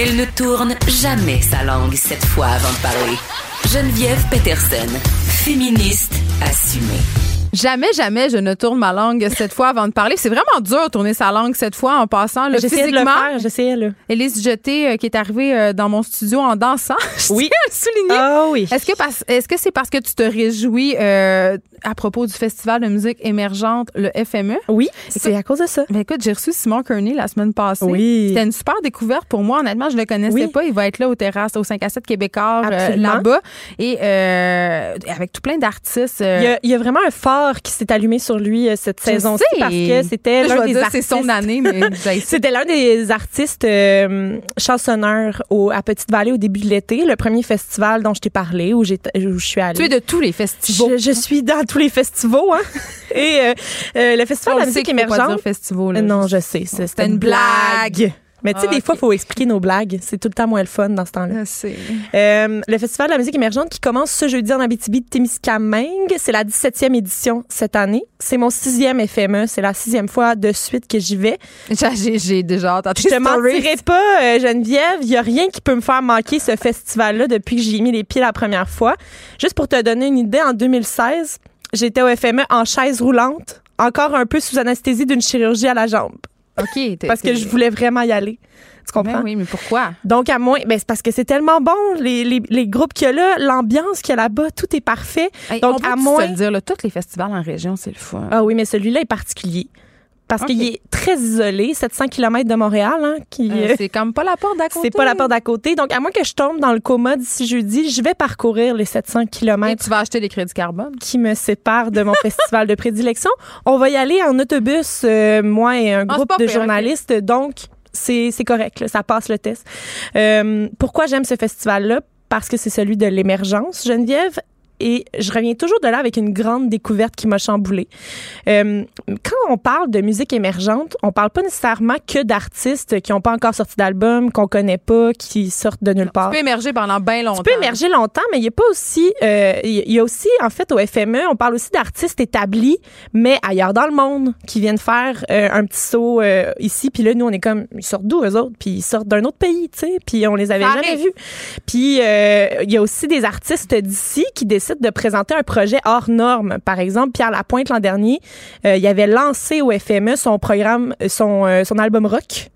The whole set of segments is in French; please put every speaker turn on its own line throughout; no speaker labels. Elle ne tourne jamais sa langue cette fois avant de parler. Geneviève Peterson, féministe assumée.
Jamais, jamais, je ne tourne ma langue cette fois avant de parler. C'est vraiment dur de tourner sa langue cette fois en passant. Là,
J'essayais de le
physiquement,
faire, j'essayais là.
Élise Jeté, euh, qui est arrivée euh, dans mon studio en dansant, je
Oui.
tiens à le souligner.
Ah oui.
Est-ce que parce- est-ce que c'est parce que tu te réjouis euh, à propos du Festival de musique émergente, le FME?
Oui, c'est à cause de ça.
Ben écoute, j'ai reçu Simon Kearney la semaine passée.
Oui.
C'était une super découverte pour moi. Honnêtement, je le connaissais
Oui.
pas. Il va être là au terrasse, au 5 à 7 Québécois, euh,
Absolument.
là-bas. Et euh, avec tout plein d'artistes. euh,
Il y, a, il y a vraiment un phare qui s'est allumé sur lui euh, cette
je
saison-ci
sais.
parce que c'était
Là, je
l'un
vais
des
dire,
artistes.
C'est son année, mais j'ai-
C'était l'un des artistes euh, chansonneurs au, à Petite-Vallée au début de l'été, le premier festival dont je t'ai parlé, où, j'étais- où je suis allée.
tu es de tous les festivals.
je, je suis dans tous les festivals. Hein? Et euh, euh, le festival de la musique émergente.
festival.
Euh, Non, je sais. c'est- C'était
une
une
blague.
blague. Mais tu sais,
Ah,
des fois,
ok.
il faut expliquer nos blagues. C'est tout le temps moins le fun dans ce temps-là.
sais.
Euh, le Festival de la musique émergente qui commence ce jeudi en Abitibi-Témiscamingue. C'est la 17e édition cette année. C'est mon sixième FME. C'est la sixième fois de suite que j'y vais.
J'ai- J'ai j'ai déjà entendu
Je te mentirai pas, euh, Geneviève. Il y a rien qui peut me faire manquer ce festival-là depuis que j'y ai mis les pieds la première fois. Juste pour te donner une idée, en 2016, j'étais au FME en chaise roulante, encore un peu sous anesthésie d'une chirurgie à la jambe,
OK. t'es-
parce que
t'es-
je voulais vraiment y aller. Tu
Ben
comprends?
oui, mais pourquoi?
Donc, à moins, ben, c'est parce que c'est tellement bon, les, les, les groupes qu'il y a là, l'ambiance qu'il y a là-bas, tout est parfait.
Hey,
Donc,
on peut
à
se
moins-
le dire, là, tous les festivals en région, c'est le fun.
Ah oui, mais celui-là est particulier. Parce
Ok.
qu'il est très isolé, 700 km de Montréal, hein, qui,
Euh,
euh,
c'est comme pas la porte d'à côté.
c'est pas la porte d'à côté. Donc, à moins que je tombe dans le coma d'ici jeudi, je vais parcourir les 700
Et
km
tu vas acheter les crédits carbone.
qui me séparent de mon festival de prédilection. On va y aller en autobus, euh, moi et un
Ah,
groupe
c'est pas
de
pire, ok.
journalistes. Donc, c'est c'est correct, là, ça passe le test. Euh, pourquoi j'aime ce festival-là? Parce que c'est celui de l'émergence, Geneviève. Et je reviens toujours de là avec une grande découverte qui m'a chamboulée. Euh, quand on parle de musique émergente, on parle pas nécessairement que d'artistes qui n'ont pas encore sorti d'album, qu'on connaît pas, qui sortent de nulle part.
Tu peux émerger pendant bien longtemps.
Tu peux émerger longtemps, mais il n'y a pas aussi. euh, Il y a aussi, en fait, au FME, on parle aussi d'artistes établis, mais ailleurs dans le monde, qui viennent faire euh, un petit saut euh, ici. Puis là, nous, on est comme, ils sortent d'où, eux autres? Puis ils sortent d'un autre pays, tu sais. Puis on les avait
Ça
jamais
arrive.
vus. Puis euh, il y a aussi des artistes d'ici qui décident de présenter un projet hors norme. Par exemple, Pierre Lapointe, l'an dernier, euh, il avait lancé au FME son programme, son, euh, son album rock.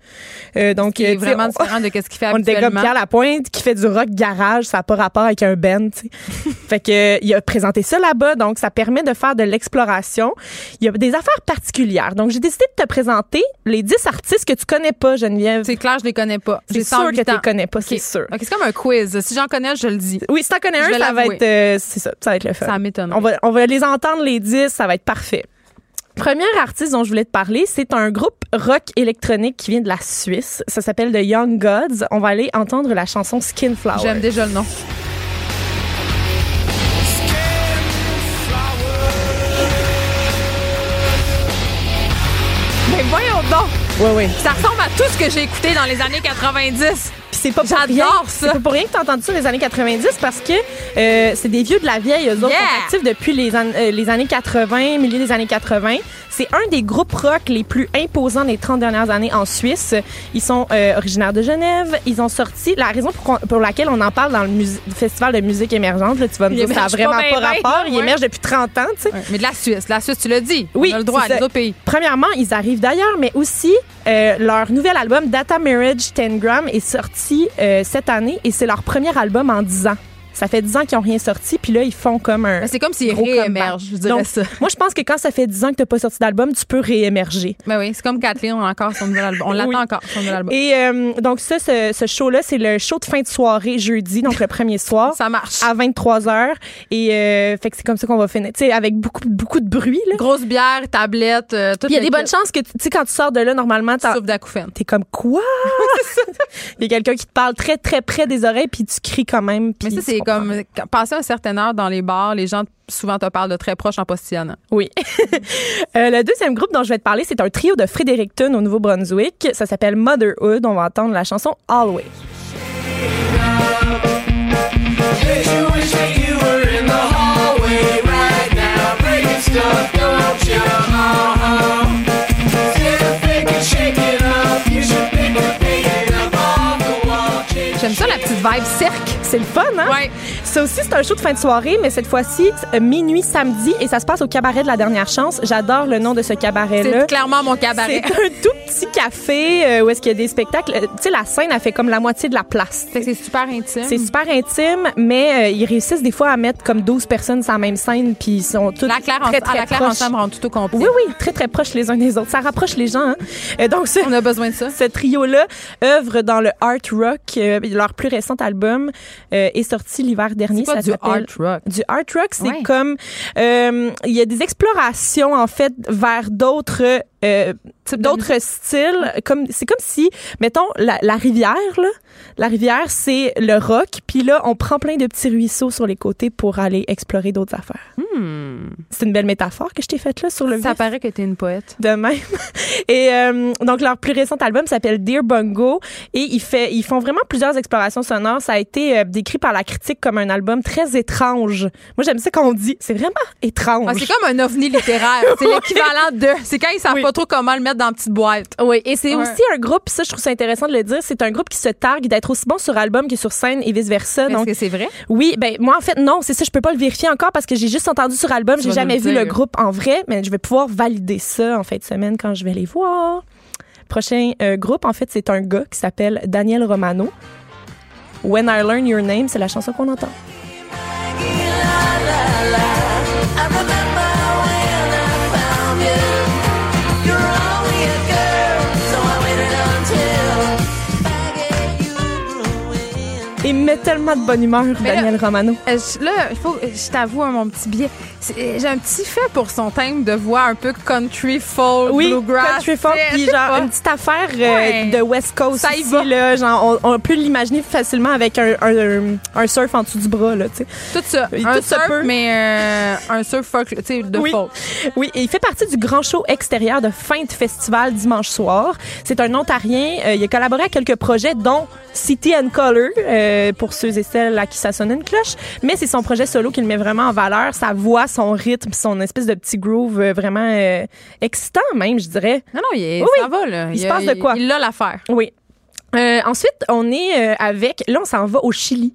Euh, donc,
C'est
euh, tu sais,
vraiment
on-
différent de ce qu'il fait
on était comme
habituellement.
Pierre Lapointe qui fait du rock garage, ça n'a pas rapport avec un band. tu sais. fait que euh, il a présenté ça là-bas, donc ça permet de faire de l'exploration. Il y a des affaires particulières. Donc j'ai décidé de te présenter les 10 artistes que tu connais pas, Geneviève.
C'est clair, je les connais pas.
C'est
J'ai
sûr
108
que tu
ans.
les connais pas,
Ok.
c'est sûr.
Ok, c'est comme un quiz. Si j'en connais, je le dis.
Oui, si t'en connais
Je vais
un, ça va
l'avouer.
être euh, c'est ça, ça va être le fun.
Ça m'étonne.
On va, on va les entendre les 10, ça va être parfait. Premier artiste dont je voulais te parler, c'est un groupe rock électronique qui vient de la Suisse. Ça s'appelle The Young Gods. On va aller entendre la chanson Skinflower.
J'aime déjà le nom. Mais voyons donc!
Oui, oui.
Ça ressemble à tout ce que j'ai écouté dans les années 90.
Puis c'est pas pour
J'adore
rien-
ça.
C'est pas pour rien que t'as entendu ça dans les années 90 parce que euh, c'est des vieux de la vieille. Eux autres
Yeah.
sont actifs depuis les, an- euh, les années 80, milieu des années 80. C'est un des groupes rock les plus imposants des 30 dernières années en Suisse. Ils sont euh, originaires de Genève. Ils ont sorti... La raison pour, qu'on- pour laquelle on en parle dans le mus- festival de musique émergente, là, tu vas me
Ils
dire, ça n'a
émergent pas
vraiment
ben,
pas
ben,
rapport. Ils
ouais.
émergent depuis 30 ans, tu sais.
Mais de la Suisse. La Suisse, tu l'as dit.
Oui,
On a le droit à
c'est
les
ça.
autres pays.
Premièrement, ils arrivent d'ailleurs, mais aussi euh, leur nouvel album Data Marriage 10 Gram est sorti euh, cette année et c'est leur premier album en 10 ans. Ça fait 10 ans qu'ils n'ont rien sorti, puis là, ils font comme un.
Mais C'est comme s'il
gros
réémerge, je
comeback.
dirais
Donc,
ça.
Moi, je pense que quand ça fait 10 ans que tu n'as pas sorti d'album, tu peux réémerger.
Ben oui, c'est comme Kathleen, on a encore son nouvel album. On l'attend
Oui.
encore, son nouvel album.
Et euh, donc, ça, ce, ce show-là, c'est le show de fin de soirée jeudi, donc le premier soir.
Ça marche.
à 23h. Et euh, fait que c'est comme ça qu'on va finir. Tu sais, avec beaucoup, beaucoup de bruit, là.
Grosse bière, tablette, euh, tout
Puis il y a
le
des
kit,
bonnes chances que, tu tu sais, quand tu sors de là, normalement, t'en-
Sauf d'acouphènes.
t'es comme quoi? Il y a quelqu'un qui te parle très, très près des oreilles, puis tu cries quand même.
Mais
puis
ça,
tu
c'est
comprends.
comme quand- passer un certain heure dans les bars, les gens souvent te parlent de très proche en postillonnant.
Oui. Euh, le deuxième groupe dont je vais te parler, c'est un trio de Fredericton au Nouveau-Brunswick. Ça s'appelle Motherhood. On va entendre la chanson Always.
Bet you wish that you were in the hallway right now, breaking stuff, don't you? Uh-huh. Instead of faking, shaking up, you should pick up, pick it up off the wall, change
J'aime ça, la petite vibe cirque.
C'est le fun, hein?
Ouais.
Ça aussi, c'est un show de fin de soirée, mais cette fois-ci, c'est, euh, minuit samedi, et ça se passe au cabaret de la dernière chance. J'adore le nom de ce cabaret-là.
C'est clairement mon
C'est
cabaret.
un tout petit café euh, où est-ce qu'il y a des spectacles. Euh, Tu sais, la scène, elle fait comme la moitié de la place.
Fait que C'est super intime.
C'est super intime, mais euh, ils réussissent des fois à mettre comme 12 personnes sur la même scène, puis ils sont tous
La Claire, en-
très, très
à la Claire
proches.
ensemble rend tout au complet.
Oui, oui, très, très proches les uns des autres. Ça rapproche les gens. Hein. Euh, donc, ce,
On a besoin de ça.
ce trio-là œuvre dans le art rock. Euh, leur plus récent album euh, est sorti l'hiver dernier.
C'est pas
ça
du
s'appelle-
hard rock.
du art rock, c'est
Ouais.
comme euh, il y a des explorations en fait vers d'autres euh,
Type de
d'autres styles. Comme c'est comme si mettons la, la rivière là, la rivière c'est le rock, puis là on prend plein de petits ruisseaux sur les côtés pour aller explorer d'autres affaires. C'est une belle métaphore que je t'ai faite là sur le
Hmm. Ça
vif
paraît que t'es une poète.
de même. Et euh, donc leur plus récent album s'appelle Dear Bungo et ils, fait, ils font vraiment plusieurs explorations sonores. Ça a été euh, décrit par la critique comme un album très étrange. Moi j'aime ça qu'on dit, c'est vraiment étrange.
Ah, c'est comme un ovni littéraire. C'est l'équivalent de. C'est quand ils savent
Oui.
pas trop comment le mettre dans la petite boîte.
Oui, et c'est
Ouais.
aussi un groupe, ça je trouve ça intéressant de le dire, c'est un groupe qui se targue d'être aussi bon sur album que sur scène et vice-versa.
Est-ce
Donc
que c'est vrai?
oui, ben moi en fait non, c'est ça, je peux pas le vérifier encore parce que j'ai juste entendu sur album,
Tu
j'ai
vas
jamais
nous le
vu le
dire.
groupe en vrai, mais je vais pouvoir valider ça en fin de semaine quand je vais les voir. Prochain euh, groupe en fait, c'est un gars qui s'appelle Daniel Romano. When I Learn Your Name, c'est la chanson qu'on entend. Il met tellement de bonne humeur,
Mais là-
Daniel Romano.
Euh, je- Là, il faut, je t'avoue, hein, mon petit biais. C'est- euh, J'ai un petit fait pour son thème de voix un peu country, folk,
Oui,
bluegrass.
country folk,
C'est-
puis
c'est
genre
pas-
une petite affaire euh,
Ouais.
de West Coast
Ça y
ici,
va.
là, genre on, on peut l'imaginer facilement avec un, un, un surf en dessous du bras là, tu sais.
Tout ça.
Tout
un
ça
surf,
peut.
mais euh, un surf folk, tu sais, de
oui.
folk.
Oui, et il fait partie du grand show extérieur de fin de festival dimanche soir. C'est un Ontarien. euh, il a collaboré à quelques projets, dont City and Color, euh, pour ceux et celles à qui ça sonne une cloche. Mais c'est son projet solo qui le met vraiment en valeur. Sa voix, son rythme, son espèce de petit groove euh, vraiment euh, excitant même, je dirais.
Non, non, il est-
Oui,
ça va, là.
Il se
a-
passe de quoi?
Il a l'affaire.
Oui. Euh, ensuite, on est euh, avec... Là, on s'en va au Chili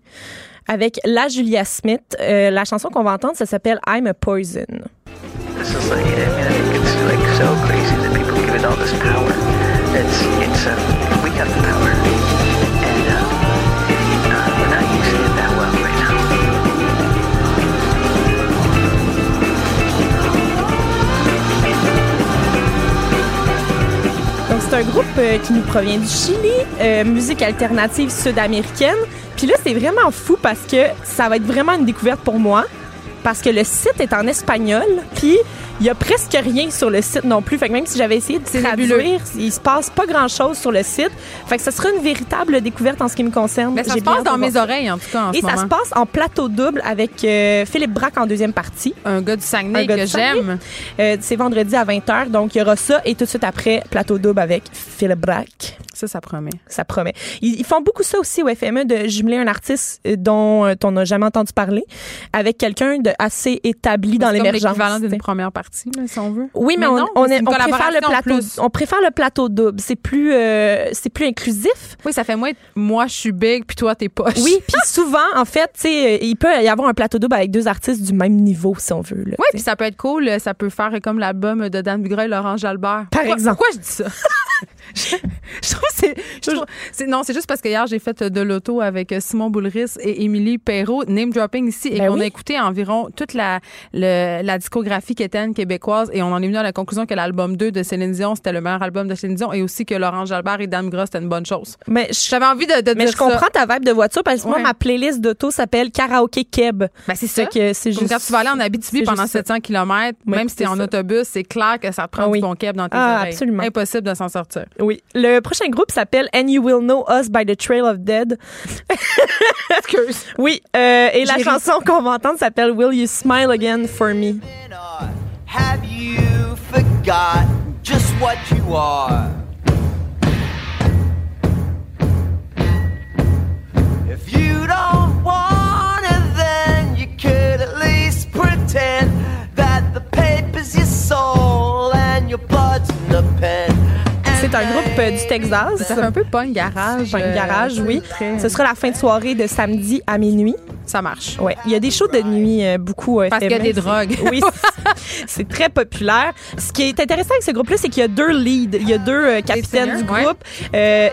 avec la Julia Smith. Euh, la chanson qu'on va entendre, ça s'appelle I'm a Poison.
this society. I mean, I think it's like so crazy that people give it all this power. It's it's um, we have the power, and uh, uh, we're not using it that well right now.
Donc, c'est un groupe euh, qui nous provient du Chili, euh, musique alternative sud-américaine. Puis là, c'est vraiment fou parce que ça va être vraiment une découverte pour moi. Parce que le site est en espagnol, puis il y a presque rien sur le site non plus. Fait que même si j'avais essayé de traduire, il se passe pas grand chose sur le site. Fait que ça sera une véritable découverte en ce qui me concerne.
Mais Ben, ça
J'ai
se
bien
passe
hâte de
dans
voir
mes
ça.
oreilles, en tout cas, en
Et
ce
ça se
moment.
passe en plateau double avec euh, Philippe Braque en deuxième partie.
Un gars du Saguenay
Un gars
que
du Saguenay.
j'aime.
Euh, c'est vendredi à 20h, donc il y aura ça et tout de suite après, plateau double avec Philippe Braque.
Ça, ça promet.
Ça promet. Ils, ils font beaucoup ça aussi au FME de jumeler un artiste euh, dont euh, on n'a jamais entendu parler avec quelqu'un de assez établi dans
C'est comme
l'émergence.
l'équivalent d'une
t'sais.
première partie, là, si on veut.
Oui, mais,
Mais
on,
non,
on,
mais c'est
est-
une
on préfère le
collaboration en
plateau.
plus.
On préfère le plateau double. C'est plus, euh, c'est plus inclusif.
Oui, ça fait moins moi je suis big puis toi t'es poche.
Oui, puis souvent, en fait, tu sais, euh, il peut y avoir un plateau double avec deux artistes du même niveau, si on veut. là,
Oui,
t'sais.
puis ça peut être cool, euh, ça peut faire comme l'album de Dan Bugre et Laurent Jalbert.
Par
Pourquoi-
exemple.
Pourquoi je dis ça je, je trouve c'est, je trouve- c'est- non, c'est juste parce que hier, j'ai fait de l'auto avec euh, Simon Boulris et Émilie Perrault, name dropping ici, et
Ben
on
oui.
a écouté environ toute la, le- la discographie quétaine québécoise, et on en est venu à la conclusion que l'album 2 de Céline Dion, c'était le meilleur album de Céline Dion, et aussi que Laurent Jalbert et Dame Grosse, c'était une bonne chose.
Mais je,
J'avais envie de, de
mais
dire
je comprends
ça.
ta vibe de voiture parce que moi,
Ouais.
ma playlist d'auto s'appelle Karaoke Keb.
Ben, c'est
Fait
ça.
que c'est
Comme
juste.
quand tu vas aller en Abitibi
c'est
pendant
juste ça.
700 km,
Ouais,
même si t'es
c'est
en
ça.
autobus, c'est clair que ça te prend
Ah oui.
du bon cap dans tes
Ah,
oreilles.
absolument.
Impossible de s'en sortir.
Oui. Le prochain groupe s'appelle And You Will Know Us by the Trail of Dead.
Excuse.
Oui. euh, et la
J'ai ri.
chanson qu'on va entendre s'appelle Will You Smile Again for Me.
Or Have you forgotten just what you are? If you don't want it, then you could at least pretend that the paper's your soul and your blood's in the pen.
C'est un groupe euh, du Texas.
Ça fait un peu punk garage.
Punk
euh,
garage, oui.
très-
Ce sera la fin de soirée de samedi à minuit.
Ça marche.
Ouais. Il y a des shows de nuit, euh, beaucoup. euh,
Parce qu'il y a
féminins.
des drogues.
Oui, c'est- c'est très populaire. Ce qui est intéressant avec ce groupe-là, c'est qu'il y a deux leads. Il y a deux euh, capitaines
singers,
du
ouais.
groupe. Euh,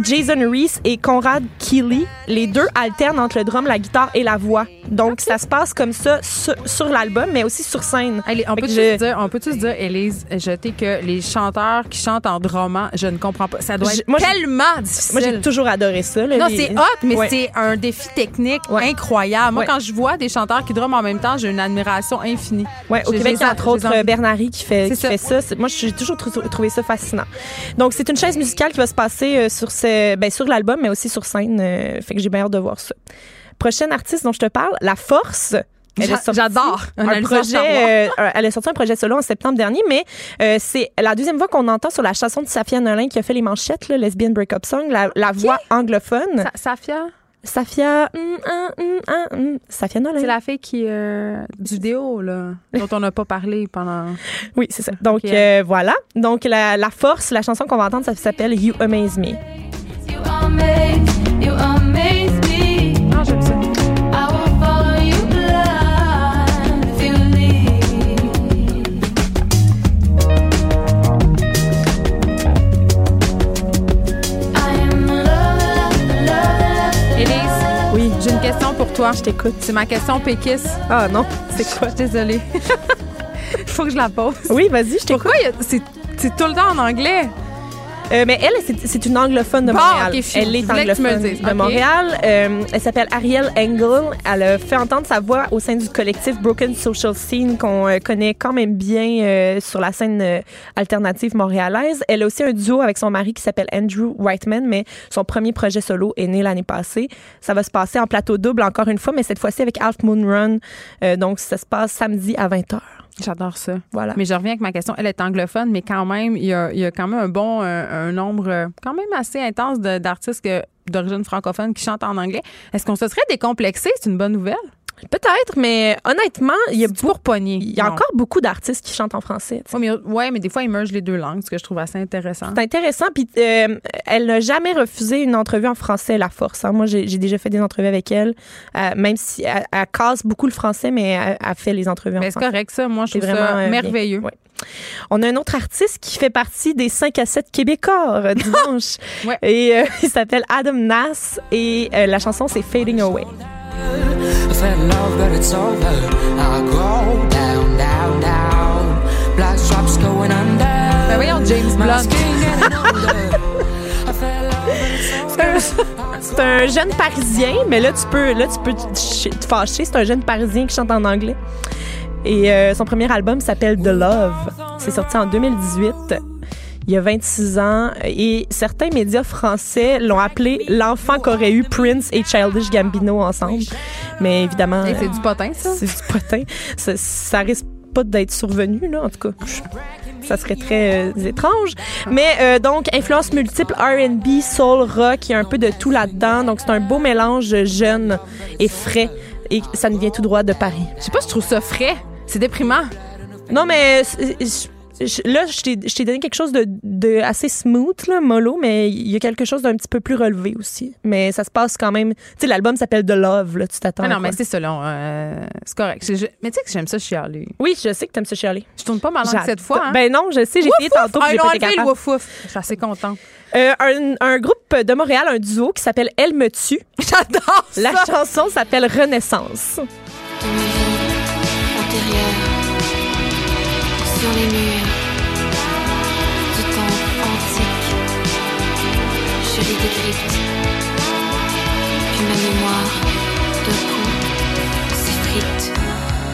Jason Reese et Conrad Keely. Les deux alternent entre le drum, la guitare et la voix. Donc, ça se passe comme ça sur, sur l'album, mais aussi sur scène.
Allez, on
Fait
peut
que
tous
je-
dire, on peut tous dire, Élise, je t'ai que les chanteurs qui chantent en dromant, je ne comprends pas. Ça doit
Je-
être
moi, j'ai-
tellement difficile.
Moi, j'ai toujours adoré ça. là,
non,
les-
c'est hot, mais
Ouais.
c'est un défi technique
Ouais.
incroyable. Moi,
Ouais.
quand je vois des chanteurs qui dromment en même temps, j'ai une admiration infinie.
Ouais, au
J'ai-
Québec,
j'ai-
il y a entre
j'ai-
autres
j'ai-
euh, Bernary qui fait,
C'est
qui
ça.
fait ça. C'est- Moi, j'ai toujours trou- trouvé ça fascinant. Donc, c'est une chaise musicale qui va se passer euh, sur, ce, ben, sur l'album, mais aussi sur scène. euh, fait que j'ai bien hâte de voir ça. Prochaine artiste dont je te parle, La Force. Elle a
J'a-
sorti
J'adore. Un
Un
allusion
projet,
Star Wars.
euh, euh, elle a sorti un projet solo en septembre dernier, mais euh, c'est la deuxième voix qu'on entend sur la chanson de Safia Nolin qui a fait les manchettes, là, Lesbian Breakup Song, la, la voix anglophone.
Sa- Safia,
Safia, hum, hum, hum, hum, hum. Safia Nolin.
c'est la fille qui euh, du déo là, dont on n'a pas parlé pendant.
Oui, c'est ça. Donc
Ok.
euh, voilà. Donc la, la force, la chanson qu'on va entendre, ça s'appelle You Amaze Me.
You amaze, you amaze me.
Non, j'aime ça.
I will follow you blind if you leave. I am a lover, lover,
Élise,
Oui.
j'ai une question pour toi. Je
t'écoute.
C'est ma question péquiste.
Ah non, c'est
Je
quoi
suis désolée. Faut que je la pose.
Oui, vas-y, je t'écoute.
Pourquoi il y a- c'est c'est tout le temps en anglais?
Euh, mais elle, c'est- c'est une anglophone de
Bon,
Montréal.
ok, phew,
elle
je voulais
est
que tu me le
anglophone
dises.
de
Ok.
Montréal. Euh, elle s'appelle Ariel Engel. Elle a fait entendre sa voix au sein du collectif Broken Social Scene qu'on euh, connaît quand même bien euh, sur la scène euh, alternative montréalaise. Elle a aussi un duo avec son mari qui s'appelle Andrew Whiteman, mais son premier projet solo est né l'année passée. Ça va se passer en plateau double encore une fois, mais cette fois-ci avec Half Moon Run. Euh, donc, ça se passe samedi à 20h.
J'adore ça.
Voilà.
Mais je reviens avec ma question. Elle est anglophone, mais quand même, il y a, il y a quand même un bon, euh, un nombre euh, quand même assez intense de- d'artistes que- d'origine francophone qui chantent en anglais. Est-ce qu'on se serait décomplexé? C'est une bonne nouvelle?
Peut-être, mais honnêtement, il y a,
C'est pour pogner.
il y a encore beaucoup d'artistes qui chantent en français.
Oui, mais, ouais, mais des fois, ils mergent les deux langues, ce que je trouve assez intéressant.
C'est intéressant. Puis euh, elle n'a jamais refusé une entrevue en français, la force. hein. Moi, j'ai j'ai déjà fait des entrevues avec elle, euh, même si elle, elle casse beaucoup le français, mais elle, elle fait les entrevues en
Mais c'est
français.
correct, ça. Moi, je
C'est
trouve ça
vraiment, euh,
merveilleux.
bien. Ouais. On a un autre artiste qui fait partie des 5 à 7 Québécois euh, dimanche.
Ouais.
Et euh, il s'appelle Adam Nass et euh, la chanson c'est Fading Away.
I fell in love, but it's over. I go down, down, down. Black stripes going
Ben
under.
voyons, James
My
Blunt.
skin getting older. I fell in love, but it's
C'est un- c'est un jeune parisien, mais là tu peux là tu peux te ch- te fâcher, c'est un jeune parisien qui chante en anglais. Et euh, son premier album s'appelle The Love. C'est sorti en 2018. Il y a 26 ans et certains médias français l'ont appelé l'enfant qu'aurait eu Prince et Childish Gambino ensemble. Mais évidemment,
Hey, c'est
euh,
du potin, ça.
c'est du potin. Ça, ça risque pas d'être survenu, là, en tout cas. Je- Ça serait très euh, étrange. Mais euh, donc, influence multiple, RB, soul, rock, il y a un peu de tout là-dedans. Donc, c'est un beau mélange jeune et frais. Et ça nous vient tout droit de Paris.
Ah Je sais pas, je trouve ça frais. C'est déprimant.
Non, mais euh, je- je- là, je t'ai je t'ai donné quelque chose de, de assez smooth, là, mollo, mais il y a quelque chose d'un petit peu plus relevé aussi. Mais ça se passe quand même. Tu sais, l'album s'appelle The Love, là, tu t'attends.
Ah
à
non,
quoi?
mais c'est selon. euh, c'est correct. Je- je- mais tu sais que j'aime ça chialer.
Oui, je sais que t'aimes ça, Shirley.
Je tourne pas ma langue
J'adore.
cette fois. Hein.
Ben non, je sais, j'ai essayé tantôt, puis
Ah,
j'ai
ils
pas
l'ont
été
enlevé, le
capable.
wouf wouf. Je suis assez contente.
Euh, un, un groupe de Montréal, un duo qui s'appelle Elle me tue.
J'adore ça.
La chanson s'appelle Renaissance.
de mes vies antérieures sur les murs du temps antique. Je les décrypte, puis ma mémoire de coup s'effrite.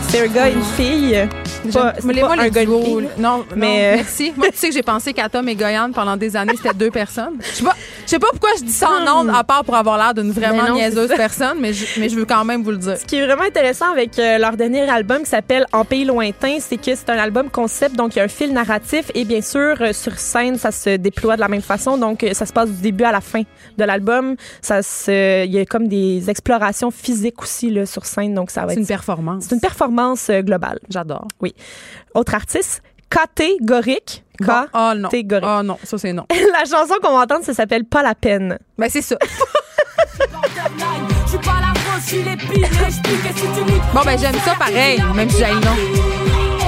C'est un gars et une fille. euh, Pas- c'est
Mais
pas
moi,
un
les
gars et une
duos,
fille,
là. Non,
Mais,
mais
euh,
merci. Moi, tu sais que j'ai pensé qu'Atom et Goyane, pendant des années, c'était deux personnes. Je sais pas, je sais pas pourquoi je dis ça en ondes, à part pour avoir l'air d'une vraiment
Hmm. Mais non, c'est
niaiseuse personne, mais je, mais je veux quand même vous le dire.
Ce qui est vraiment intéressant avec euh, leur dernier album qui s'appelle En pays lointain, c'est que c'est un album concept, donc il y a un fil narratif et bien sûr euh, sur scène ça se déploie de la même façon, donc euh, ça se passe du début à la fin de l'album. Ça se, il y a comme des explorations physiques aussi là sur scène, donc ça va
C'est
être.
une performance.
C'est une performance euh, globale.
J'adore.
Autre artiste, K.T. Goric. K.
Bon. Oh non.
Catégorique.
Oh non, ça c'est non.
La chanson qu'on va entendre, ça s'appelle Pas la peine.
Ben c'est ça.
Je suis pas la rose, je suis l'épine. Je pique et si tu niques.
Bon, ben, j'aime ça pareil, même si j'ai non.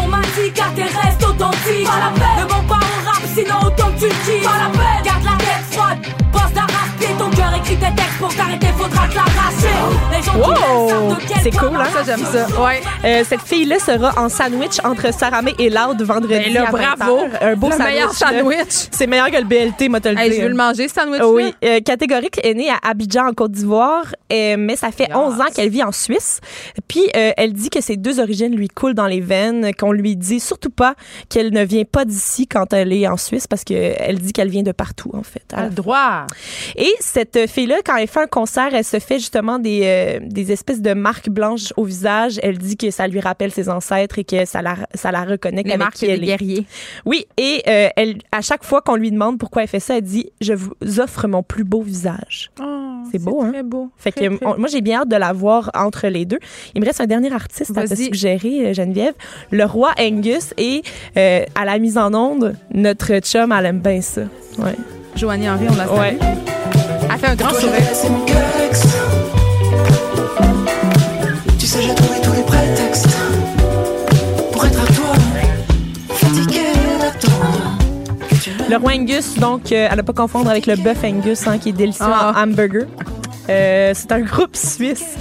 On m'a dit qu'à tes restes authentiques. Pas la peine. Ne mens pas au rap, sinon autant que tu le quittes. Pas la peine. Garde la tête froide. Pense d'arracher ton cœur. Écris tes textes pour t'arrêter. Faudra te l'arracher. Les gens qui
Wow.
t'aiment savent de quel
C'est
point
cool, hein?
Ça,
ma
j'aime ça. Ouais.
Euh, cette fille-là sera en sandwich entre Saramé et Loud vendredi.
Ben là,
à 20
bravo.
heures. Un beau
Le
sandwich.
meilleur
là.
sandwich.
C'est meilleur que le BLT, moi, te le
Hey,
dire.
je veux le manger, ce sandwich-là.
Oui, euh, catégorique est née à Abidjan en Côte d'Ivoire, euh, mais ça fait
Yes.
11 ans qu'elle vit en Suisse. Puis euh, elle dit que ses deux origines lui coulent dans les veines, qu'on lui dit surtout pas qu'elle ne vient pas d'ici quand elle est en Suisse parce que elle dit qu'elle vient de partout en fait.
T'as Ah, le droit.
Et cette euh, fille-là, quand elle fait un concert, elle se fait justement des, euh, des espèces de marques blanches au visage. Elle dit que ça lui rappelle ses ancêtres et que ça la, ça la reconnecte
Les
avec
marques
qui
des
elle est.
guerriers.
Oui, et euh, elle, à chaque fois qu'on lui demande pourquoi elle fait ça, elle dit « Je vous offre mon plus beau visage ». C'est beau, hein?
Oh, Très beau.
Fait
Très,
que
très
on- moi, j'ai bien hâte de la voir entre les deux. Il me reste un dernier artiste à te
Vas-y.
suggérer, euh, Geneviève. Le roi Angus et euh, à la mise en onde, notre chum, elle aime bien ça. Ouais.
Joanie Henry, on l'a salue.
Ouais.
Elle fait un grand sourire.
C'est mon cœur ex. Tu sais, j'ai trouvé tous les prétextes pour être à toi. Fatigué d'attendre.
Le roi Angus, donc, euh, à ne pas confondre avec le bœuf Angus, hein, qui est délicieux
Ah.
en hamburger. Euh, c'est un groupe suisse.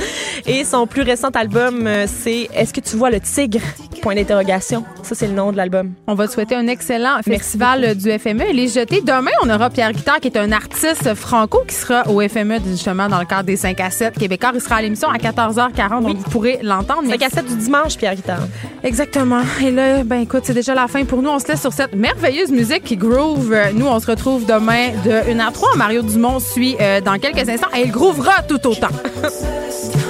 Et son plus récent album, euh, c'est Est-ce que tu vois le tigre? Point d'interrogation. Ça, c'est le nom de l'album.
On va te souhaiter un excellent festival du FME. Et les jetés, demain, on aura Pierre Guittard, qui est un artiste franco, qui sera au FME, justement, dans le cadre des 5 à 7 québécois. Il sera à l'émission à 14h40, donc vous pourrez l'entendre.
La
Merci.
cassette du dimanche, Pierre Guitard.
Exactement. Et là, ben écoute, c'est déjà la fin pour nous. On se laisse sur cette merveilleuse musique qui groove. Euh, Nous, on se retrouve demain de 1 à 3. Mario Dumont suit euh, dans quelques instants et il groovera tout autant.
Céleste,